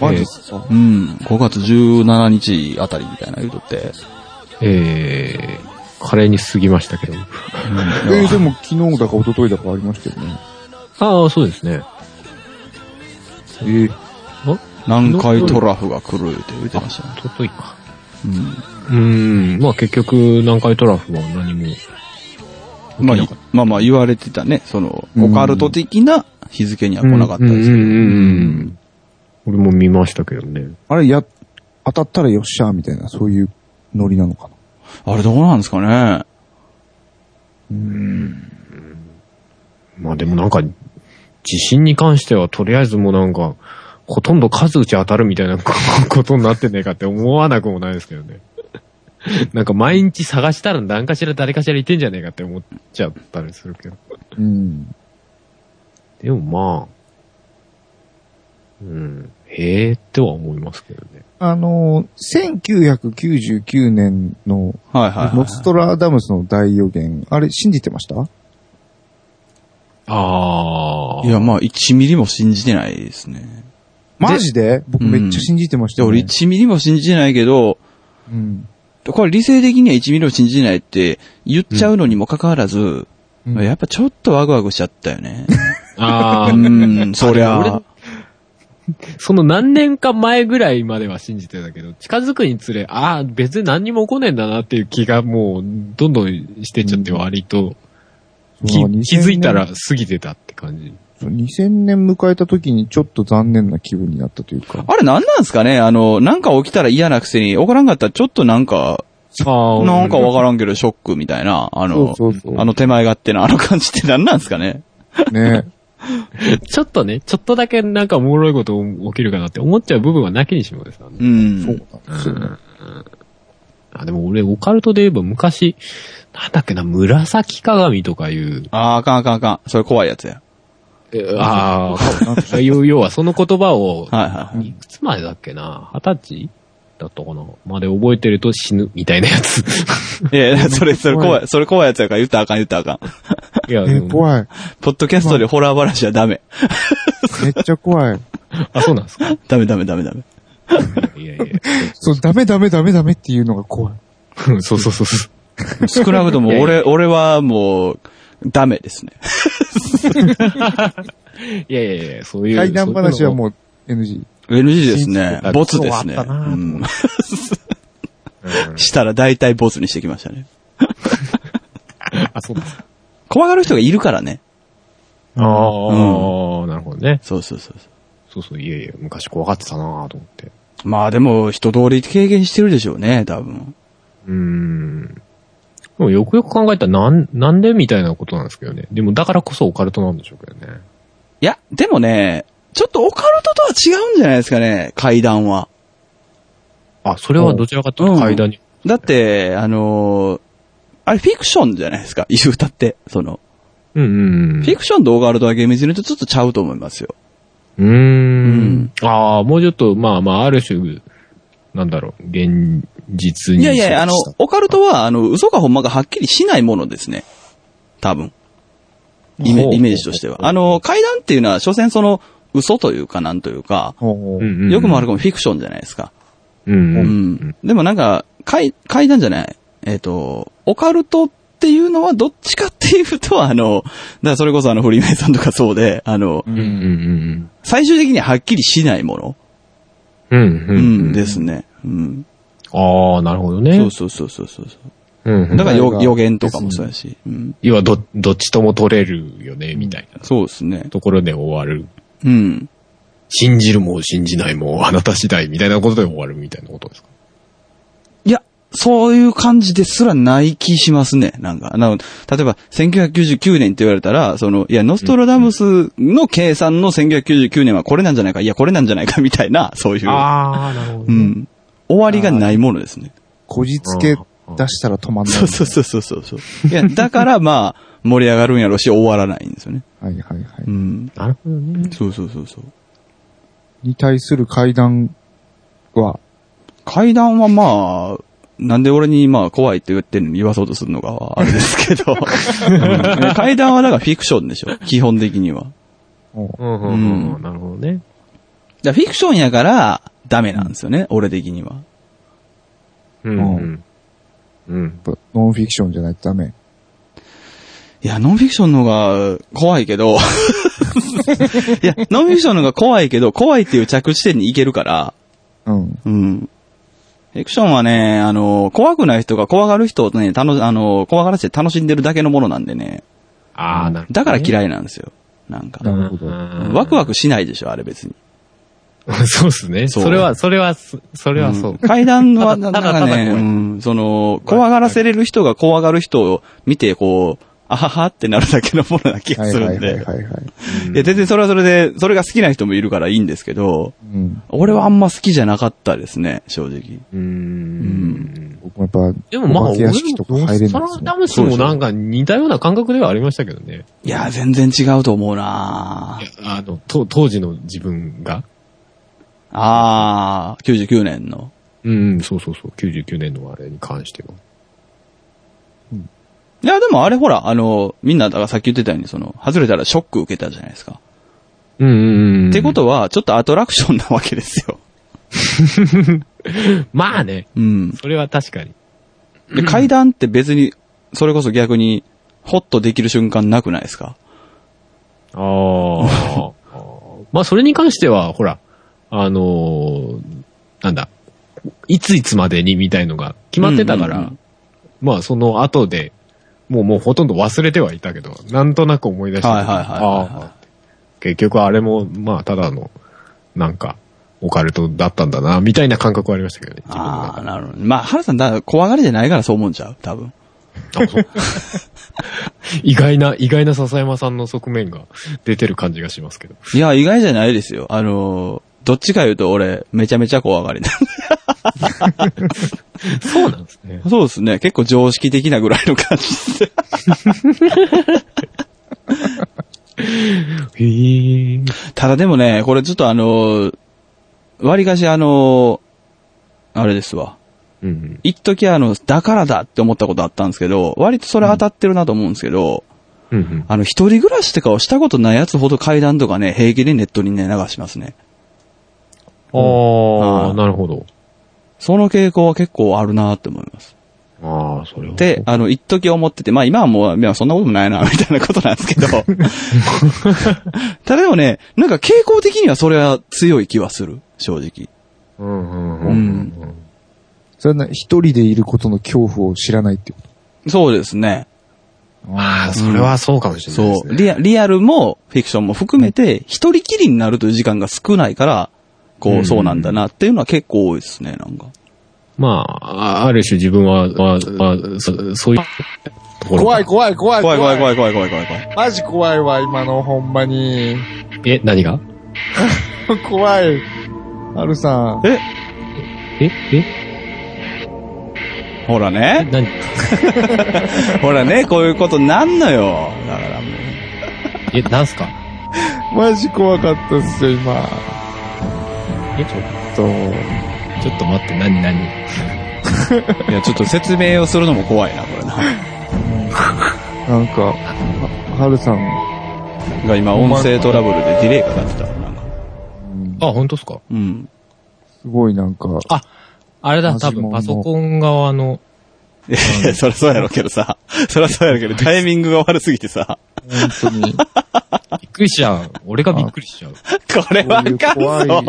マジっすか。うん、5月17日あたりみたいな言うとって、ええ華麗に過ぎましたけど。えーでも昨日だか一昨日だかありましたよね。ああ、そうですね。えー、南海トラフが来るって言ってましたね。おとといか。ううん、まあ結局、南海トラフは何も。ん、まあ、いまあまあ言われてたね、その、オカルト的な日付には来なかったですうけんどうんうんうん。俺も見ましたけどね。あれ、や、当たったらよっしゃーみたいな、そういうノリなのかな。あれどうなんですかねまあでもなんか、地震に関してはとりあえずもうなんか、ほとんど数打ち当たるみたいなことになってねえかって思わなくもないですけどね。なんか毎日探したら何かしら誰かしらいてんじゃねえかって思っちゃったりするけど。うん。でもまあ、うん、へえっては思いますけどね。あのー、1999年の、はいはい、はい。ノストラダムスの大予言、あれ、信じてましたあいや、まあ、1ミリも信じてないですね。マジで僕めっちゃ信じてましで、たよ、俺ね。 1ミリも信じてないけど、うん。これ理性的には1ミリも信じてないって言っちゃうのにもかかわらず、うんやっぱちょっとワクワクしちゃったよね。あうーん、 そりゃあ。その何年か前ぐらいまでは信じてたけど、近づくにつれ、ああ、別に何にも起こねえんだなっていう気がもう、どんどんしてっちゃって割と、きそう気づいた。 2000ら過ぎてたって感じ。年2000年迎えた時にちょっと残念な気分になったというか。あれなんなんすかねあの、なんか起きたら嫌なくせに、起からんかったらちょっとなんか、ああ、なんかわからんけどショックみたいな、あそうの、そうそう。あの手前勝手なあの感じってなんなんすかねね。ちょっとね、ちょっとだけなんかおもろいこと起きるかなって思っちゃう部分はなきにしもです、ね。うん。そうなんですよね。あ、でも俺、オカルトで言えば昔、なんだっけな、紫鏡とかいう、あーあかんあかんあかん。それ怖いやつや。えあ あ、要要はその言葉を、はいはいはい。いくつまでだっけな二十歳だったかなまで覚えてると死ぬみたいなやつ。 いやいや、それ、それ怖い、それ怖いやつやから言ったらあかん言ったらあかん。いや、えでも怖い。ポッドキャストでホラー話はダメ。めっちゃ怖い。あ、そうなんですかダメダメダメダメ。いやいや。そう、ダメダメダメダメっていうのが怖い。そうそうそうそう。少なくともいやい俺、俺はもう、ダメですね。いやいやいや、そういう。怪談話はもう NG。 NG ですねあ。ボツですね。そうあったなぁうんうんしたら大体ボツにしてきましたね。あ、そうですか。怖がる人がいるからね。ああ、なるほどね。そうそうそうそそうそう、いやいや、昔怖がってたなぁと思って。う。まあでも、人通り経験してるでしょうね、多分。うーん。でもよくよく考えたらなん、なんでみたいなことなんですけどね。でもだからこそオカルトなんでしょうけどね。いや、でもね、ちょっとオカルトとは違うんじゃないですかね、階段は。あ、それはどちらかというと階段に。だって、あのーあれフィクションじゃないですか、石歌って。その、うんうんうん。フィクションとオカルトは厳密に言うとちょっとちゃうと思いますよ。うーん。ああ、もうちょっと、まあまあ、ある種、なんだろう、現実に。いやいや、あの、オカルトは、あの、嘘かほんまがはっきりしないものですね。多分。イメほうイメージとしては。あの、階段っていうのは、所詮その、嘘というかなんというか、ほうほううんうん、よくもあるかもフィクションじゃないですか。うん、ううん。ん。でもなんか、階、階段じゃない。えっ、と、オカルトっていうのはどっちかっていうと、あの、だからそれこそあの、フリーメイソンとかそうで、あの、うん、うん、最終的にははっきりしないもの、うん。うう、ん、うんん。ですね。うん。ああ、なるほどね。そうそうそうそうそう。うん、うん。だからなんよか予言とかもそうやし。うん。要はど、どっちとも取れるよね、みたいなそうですね。ところで終わる。うん。信じるも信じないもあなた次第みたいなことで終わるみたいなことですかいや、そういう感じですらない気しますね。なんか、あの、例えば、1999年って言われたら、その、いや、ノストラダムスの計算の1999年はこれなんじゃないか、いや、これなんじゃないか、みたいな、そういう。ああ、なるほどうん。終わりがないものですね。こじつけ出したら止まんない。そうそうそうそうそうそう。いや、だから、まあ、盛り上がるんやろうし、終わらないんですよね。はいはいはい。うん。なるほどね。そうそうそうそう。に対する階段は、階段はまあ、なんで俺にまあ怖いって言ってるのに言わそうとするのか、あれですけ ど。うん階段はだからフィクションでしょ。基本的には。だかおううん、うん、うん。なるほどね。らフィクションやから、ダメなんですよね。俺的には。うんうん。うん。やっぱノンフィクションじゃないとダメ。いや、ノンフィクションの方が怖いけ ど。いや、ノンフィクションの方が怖いけど、怖いっていう着地点に行けるから。うん。うん。フィクションはね、あの、怖くない人が怖がる人をね、楽し、あの、怖がらせて楽しんでるだけのものなんでね。ああ、なるほどね。だからい。嫌いなんですよ。なんか。なるほどワクワク。クしないでしょ、あれ別に。 そうですね。そうそれは、それは、そそれはそううん。階段は、たなだんかただただね、怖ういん、その、怖がらせれる人が怖がる人を見て、こう、あははってなるだけのものな気がはいすはるいんはいで。はいはい。うんいや、全然それはそれで、それが好きな人もいるからいいんですけど、うん。俺はあんま好きじゃなかったですね、正直。うーん。僕もやっぱ、でもまあ、お化け俺屋も敷とか入れないですそねのダムスもなんか似たような感覚ではありましたけどね。いや、全然違うと思うないやあの、と当時の自分が。あー、99年の。うん、そうそうそう。99年のあれに関しては。いや、でもあれほら、あの、みんな、だからさっき言ってたように、その、外れたらショック受けたじゃないですか。うんうんうん。ってことは、ちょっとアトラクションなわけですよ。まあね。うん。それは確かに。で、階段って別に、それこそ逆に、ホッとできる瞬間なくないですかああ。まあ、それに関しては、ほら、あのーなんだ、いついつまでにみたいのが決まってたから、うんうんうんまあ、その後で、もうもうほとんど忘れてはいたけど、なんとなく思い出して、はいはいはいはいはいああ結局あれも、まあ、ただの、なんか、オカルトだったんだな、みたいな感覚はありましたけどね。自分のああ、中でなるほど。まあ、原さん、だから怖がりじゃないからそう思うんちゃう多分。あそう意外な、意外な笹山さんの側面が出てる感じがしますけど。いや、意外じゃないですよ。あのーどっちか言うと俺、めちゃめちゃ怖がりだ。そうなんですね。 そうですね。結構常識的なぐらいの感じですね。へえ。 ただでもね、これちょっとあのー割かしあのーあれですわ。うん。一時あの、だからだって思ったことあったんですけど、割とそれ当たってるなと思うんですけど、うんうん。あの、一人暮らしとかをしたことないやつほど階段とかね、平気でネットにね、流しますね。あうあ、んなるほど。その傾向は結構あるなって思います。ああ、それは。で、あの、一時思ってて、まあ今はもう、いやそんなこともない な、みたいなことなんですけ ど。ただでもね、なんか傾向的にはそれは強い気はする、正直。うんうんううん。ん。それはな一人でいることの恐怖を知らないってこそうですね。と。ああ、それはそうかもしれないでそすう。ね。リアリアルもフィクションも含めて、一人きりになるという時間が少ないから、こうう、んそうなんだなっていうのは結構多いですね、なんか。まあ、あある種自分は、ははそそういうところ。怖い怖い怖い怖怖いい怖い怖い怖い怖い怖い怖い。マジ怖いわ、今のほんまに。え、何が怖い。はるさん。えええほらね。何 ほらね、こういうことなんのよ。だからもう。え、なんすかマジ怖かったっすよ、今。え、ちょと、ちょっと待って、何何いや、ちょっと説明をするのも怖いな、これな。なんか、ははるさん、が今、音声トラブルでディレイかかってた。なんかあ、本当っすかうん。すごいなんか、あれだ、マ多ジも分うパソコン側の、いやい や、そりゃそうやろうけどさ。そりゃそうやろうけど、タイミングが悪すぎてさ。本当に、びっくりしちゃう。俺がびっくりしちゃう。 これはあかん怖いぞ。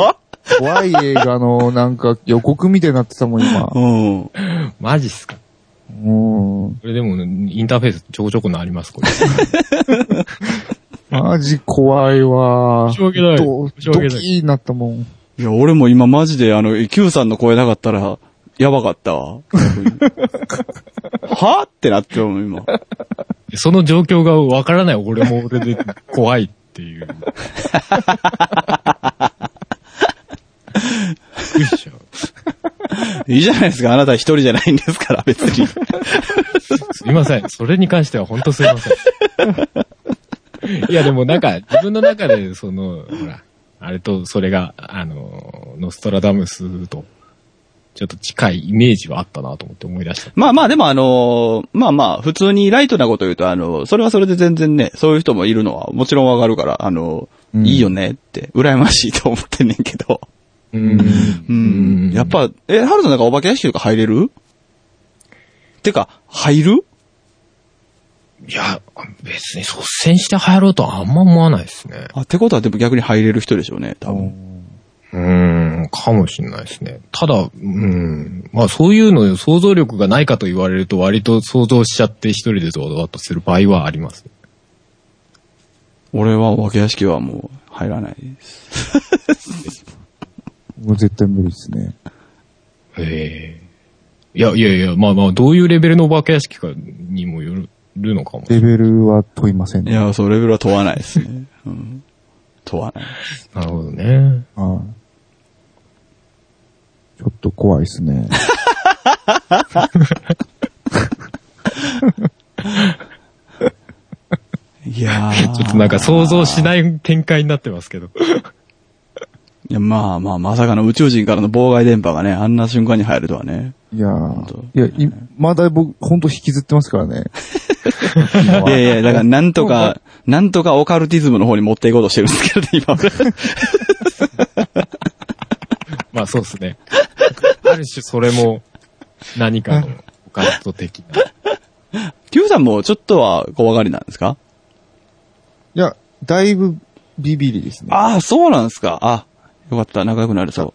怖い映画の、なんか、予告みたいになってたもん、今。うん。 マジっすかうん。これでも、インターフェースちょこちょこのあります、これ。マジ怖いわ。申し訳ないド申しド訳ないキーになったもん。いや、俺も今マジで、あの、Q さんの声なかったら、やばかった わ。はってなってるもん、今。その状況がわからない俺も俺で怖いっていう。びっくりしちゃう。いいじゃないですか、あなた一人じゃないんですから、別に。すいません。それに関しては本当すいません。いや、でもなんか、自分の中で、その、ほら、あれと、それが、あの、ノストラダムスと、ちょっと近いイメージはあったなと思って思い出した。まあまあ、でもあのーまあまあ、普通にライトなこと言うと、あのーそれはそれで全然ね、そういう人もいるのはもちろんわかるから、あのーうんいいよねって、羨ましいと思ってんねんけど。うん。うん。やっぱ、え、ハルさんなんかお化け屋敷とか入れるてか、入るいや、別に率先して入ろうとはあんま思わないですね。あ、ってことはでも逆に入れる人でしょうね、多分。うーん、かもしれないですね。ただ、うーん、まあそういうの想像力がないかと言われると割と想像しちゃって一人でドワドワっとする場合はあります。俺はお化け屋敷はもう入らないです。もう絶対無理ですね。へえ。いやいやいや、まあまあ、どういうレベルのお化け屋敷かにもよるのかもしれレベルは問いませんいね。や、そう、レベルは問わないです ね。うん。問わない。ない。なるほどね。はいちょっと怖いです ね。いやー。 ちょっとなんか想像しない展開になってますけ ど。いや、まあまあ、まさかの宇宙人からの妨害電波がね、あんな瞬間に入るとはね。いや当ーいや、いまだ僕、ほんと引きずってますからね。いやいや、だからなんと か、なんとかオカルティズムの方に持っていこうとしてるんですけど、今 俺。まあそうですね。ある種それも何かのオカルト的な。 Q さんもちょっとは怖がりなんですかいや、だいぶビビりですね。ああ、そうなんですか。あ、よかった、仲良くなれそ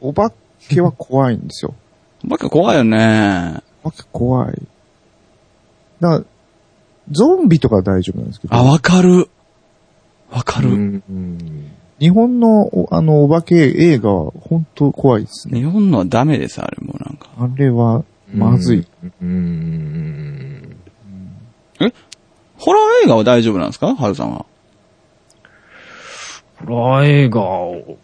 お化けは怖いんですよ。う。バカ怖いよね。お化け怖い。だから、ゾンビとかは大丈夫なんですけど、あ、わかる。わかうる。んうん日本のおあのお化け映画は本当怖いですね。日本のはダメです、あれもうなんか。あれは、まずい。。うんうん。ホラー映画は大丈夫なんですかハルさんは。ホラー映画を、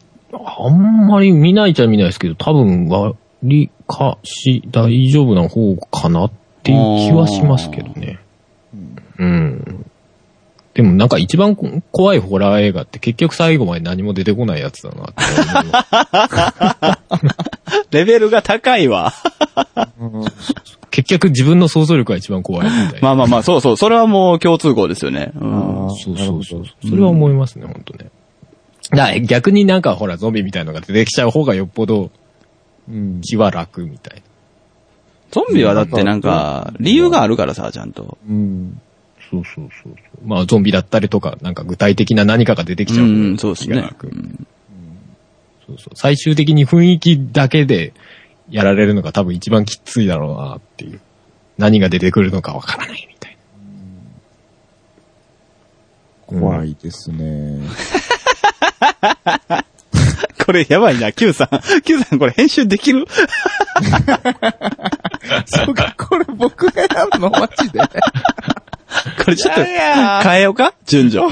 あんまり見ないちゃ見ないですけど、多分割かし大丈夫な方かなっていう気はしますけどね。うん。でもなんか一番こ怖いホラー映画って結局最後まで何も出てこないやつだなって思うレベルが高いわ。うん結局自分の想像力が一番怖いみたいな。まあまあまあ、そうそう。それはもう共通項ですよね。うあん。ーそうそうそう。それは思いますね、本当ね。だから逆になんかほらゾンビみたいなのが出てきちゃう方がよっぽどうん気は楽みたいな。ゾンビはだってなんか、理由があるからさ、ちゃんと。うん。そうそうそうそう。まあ、ゾンビだったりとか、なんか具体的な何かが出てきちゃう。うん、そうです気がねな。くうんそうそう。最終的に雰囲気だけでやられるのが多分一番きついだろうなっていう。何が出てくるのかわからないみたいな。怖い。いですね。これやばいな、Q さん。Q さんこれ編集できるそうか、 これ僕がやるのマジで。これちょっと変えようか順 序。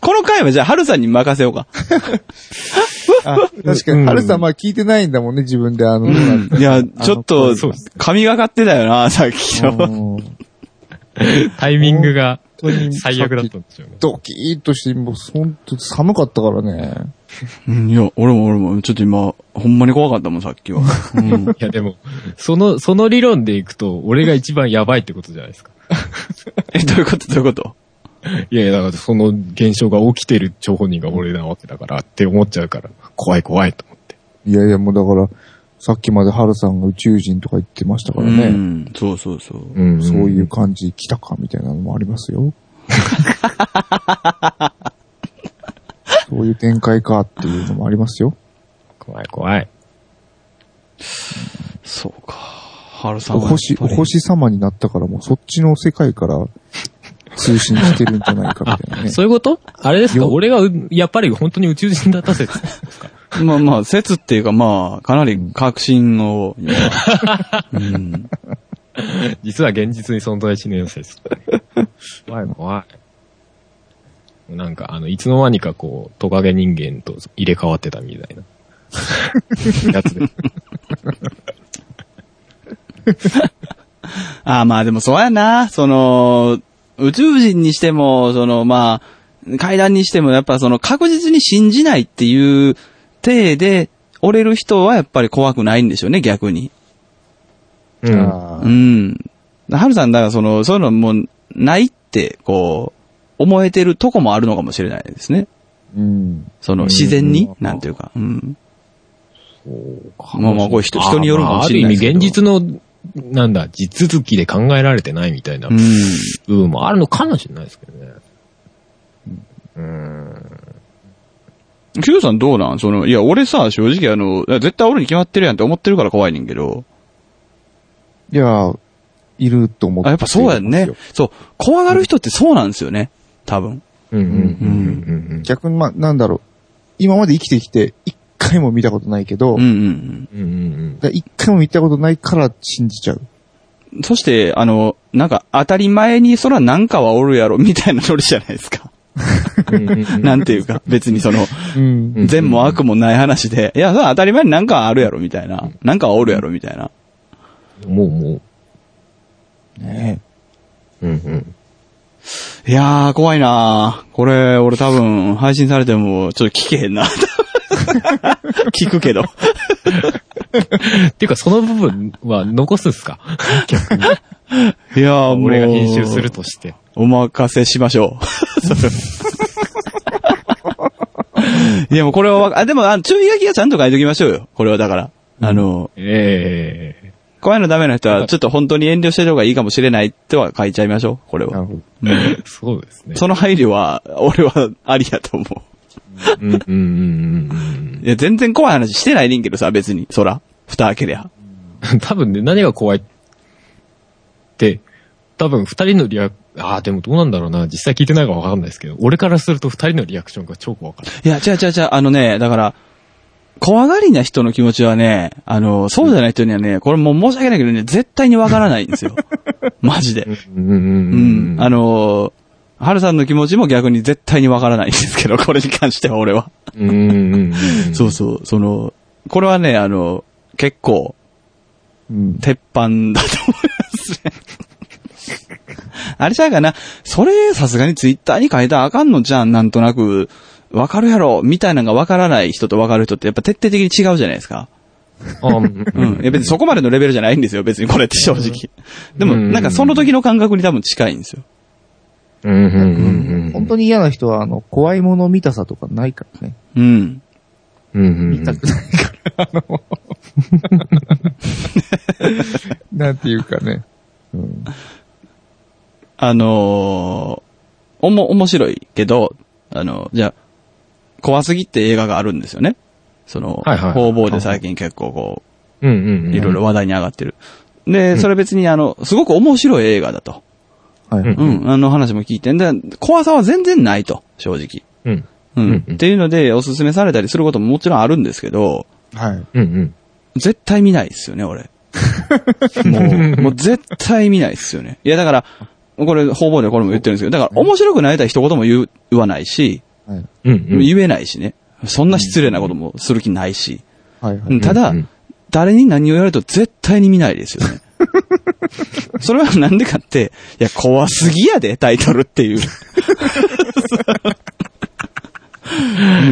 この回はじゃあ、春さんに任せようか。確かに、春さんまあ聞いてないんだもんね、自分であの、いや、ちょっとそうです、神がかってたよな、さっきの。うん タイミングが本当に最悪だったんですよね。ドキーッとして、もうほんと寒かったからね。うんいや、俺も俺も、ちょっと今、ほんまに怖かったもん、さっきは。うんいやでも、その、その理論でいくと、俺が一番やばいってことじゃないですか。 え、どういうことどういうこといやいや、だからその現象が起きてる張本人が俺なわけだからって思っちゃうから、怖い怖いと思って。いやいや、もうだから、さっきまで春さんが宇宙人とか言ってましたからうね。んそうそうそう。んそういう。感じ来たかみたいなのもありますよ。 そういう展開かっていうのもありますよ。怖い怖い。そうか。春さんおはやっぱ星、り。お星様になったからもうそっちの世界から通信してるんじゃないかみた いなね。 そういうことあれですかよ俺がうやっぱり本当に宇宙人だった説。まあまあ、説っていうかまあ、かなり確信 を、今はうん 実は現実に存在しねえよ説。怖い怖い。なんか、あの、いつの間にかこう、トカゲ人間と入れ替わってたみたいな。 やつで。ああまあでもそうやな。その、宇宙人にしても、そのまあ、階段にしてもやっぱその確実に信じないっていう体で折れる人はやっぱり怖くないんでしょうね、逆に。うん。あうーん。はるさん、だからその、そういうのもうないって、こう、思えてるとこもあるのかもしれないですね。うん。その、自然にうん、なんていうか。うん。そうまあまあこれ人人によるかもしれないであるすけ意ど味現実の、なんだ、地続きで考えられてないみたいなうん。部分もあるのかもしれないですけどね。うん。 Q さんどうなんその、いや、俺さ、正直あの、絶対俺に決まってるやんって思ってるから怖いねんけど。いや、いると思ってあ、やっぱそうやんね。そう。怖がる人ってそうなんですよね。多分。うんうんうんうん逆に、まあ、なんだろう。今まで生きてきて、一回も見たことないけど、うんうんうん。うんうんだから一回も見たことないから信じちゃう。うん。そして、あの、なんか、当たり前に、そらなんかはおるやろ、みたいなノリじゃないですか。うんうんう ん。なんていうか、別にその、うん。うん善も悪もない話で、いや、そら当たり前になんかはあるやろ、みたいな。なんかはおるやろ、みたいな。もうもねう。うんうん。いやー、怖いなーこれ、俺多分、配信されても、ちょっと聞けへんな。聞くけど。っていうかその部分は残すんすかいやー、もう。 俺が編集するとして。お任せしましょ う。いや、もうこれはわか、あ、でも、あの注意書きはちゃんと書いときましょうよ。これはだから。あの、ええ怖いのダメな人は、ちょっと本当に遠慮してた方がいいかもしれないとは書いちゃいましょう。これなるは。ほど。うんそうですね。その配慮は、俺はありやと思うんうんうんうんう。いや、全然怖い話してないねんけどさ、別に。そら。蓋開けりゃ。うん。多分ね、何が怖いって、多分二人のリアク、ああ、でもどうなんだろうな。実際聞いてないからわかんないですけど、俺からすると二人のリアクションが超怖かった。いや、違う違う違う、あのね、だから、怖がりな人の気持ちはね、あの、そうじゃない人にはね、これもう申し訳ないけどね、絶対にわからないんです よ。マジで。うんうんううんん。あのー、はるさんの気持ちも逆に絶対にわからないんですけど、 これに関しては俺は。うんうんうんうん。そうそう、その、これはね、あの、結構、うん。鉄板だと思いますね。あれちゃうかな、それさすがにツイッターに書いたらあかんのじゃん、なんとなく、わかるやろ、みたいなのがわからない人とわかる人ってやっぱ徹底的に違うじゃないですか。あうんううんん。いや別にそこまでのレベルじゃないんですよ、別にこれって正直。でも、うんなんかその時の感覚に多分近いんですよ。うんうんうんうん。本当に嫌な人は、あの、怖いもの見たさとかないからね。うん。うんうんうん痛くないから、あの、なんていうかね。うん。あのーおも、面白いけど、あの、じゃあ怖すぎって映画があるんですよね。その、はいはい方々で最近結構こうんうんうう、ん。いろいろ話題に上がってる。で、それ別にあの、すごく面白い映画だと。はい。うんうん、あの話も聞いてんで、怖さは全然ないと、正直。うん。うん。うんうんっていうので、おすすめされたりすることももちろんあるんですけど、はい。うんうん。絶対見ないですよね、 俺。もう、もう絶対見ないですよね。いや、だから、これ、方々でこれも言ってるんですけど、だから、面白くなりたい一言も言う言わないし、はい。うんうん。言えないしね。そんな失礼なこともする気ないし。はい。はうんい。ただ、うんうん誰に何を言われると絶対に見ないです よね。それはなんでかって、いや、怖すぎやで、タイトルって いう。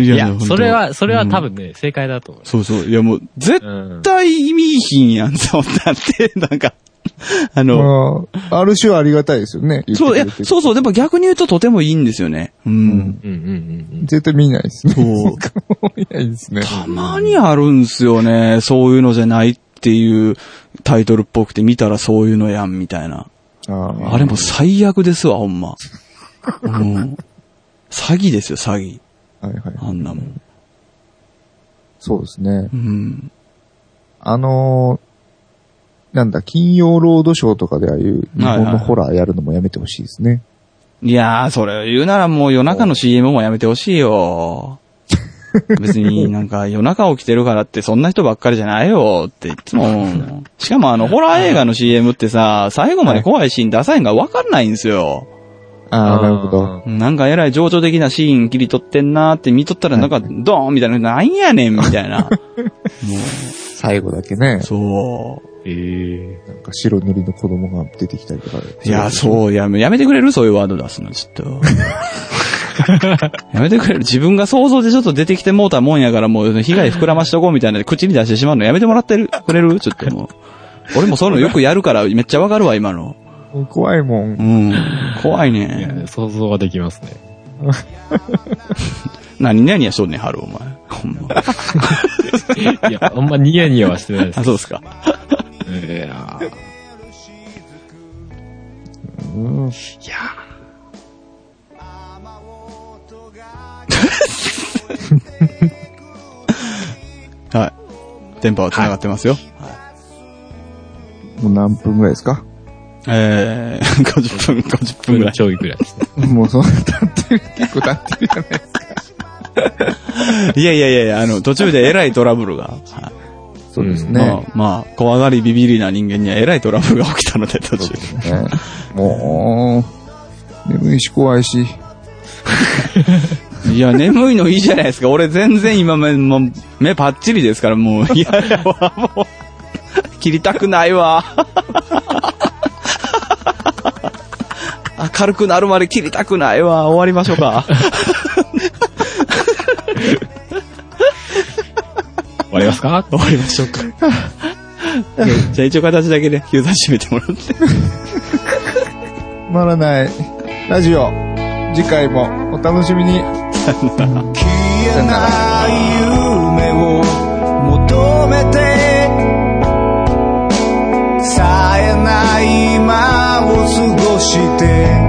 いいや、それ。本は、それは多分ね、正解だと思当そうそう。いや、もう、絶う。うん。対意味品やん、そんなんて、なんか、 あの、まあ、ある種はありがたいですよね。言ってそくう、いれや、てそうそう、でも逆に言うととてもいいんですよね。うん。うんうんうん絶対見ないですね。そう。 見ないですね。たまにあるんすよね。そういうのじゃないっていうタイトルっぽくて見たらそういうのやんみたいな。ああれも最悪ですわ、ほんま。うん。詐欺ですよ、詐欺。あ。はいはい。あんなもん。そうですねう。ん。あのー、なんだ、金曜ロードショーとかでああいう日本のホラーやるのもやめてほしいですね。いやー、それ言うならもう夜中の CM もやめてほしい よ。別になんか夜中起きてるからってそんな人ばっかりじゃないよっていつも思う。 しかもあのホラー映画の CM ってさ、最後まで怖いシーン出さへんがわかんないんですよ。ああ、なるほど。。なんかえらい情緒的なシーン切り取ってんなーって見とったらなんかドーンみたいな、なんやねんみたい な。も最後だけねう、、そう。ええ。なんか白塗りの子供が出てきたりとか。いや、そう、やめ、やめてくれるそういうワード出すの、ちょっ と。やめてくれる自分が想像でちょっと出てきてもうたもんやから、もう被害膨らましとこうみたいなで口に出してしまうのやめてもらってるくれるちょっともう。俺もそういうのよくやるから、めっちゃわかるわ、今の。う。怖いもんう。ん。怖いいやね。想像はできますね。何、何やしとんねん、春、お前。ほん ま。いや、あんまニヤニヤはしてないですあ、。そうですか。いやーうん。いやーはい。電波は繋がってますよ。もう何分ぐらいですかえー、50分、50分ぐらい。ちょいぐらいですね。もう そんな経ってる、結構経ってるじゃないですか。いやいやいやいや、あの、途中でえらいトラブルが。はいそうですまね。あ、まあ、怖がりビビりな人間にはえらいトラブルが起きたので、途中。ねもう、眠いし怖いし。いや、眠いのいいじゃないですか。俺全然今目、もう目パッチリですから、もう、いやいやわ、もう、切りたくないわ。明るくなるまで切りたくないわ。終わりましょう か。終わりますか終わりましょうか。じゃあ一応形だけで、ね、ユーザー閉めてもらって。まらない。ラジオ、次回もお楽しみに。消えない夢を求めて冴えない今を過ごして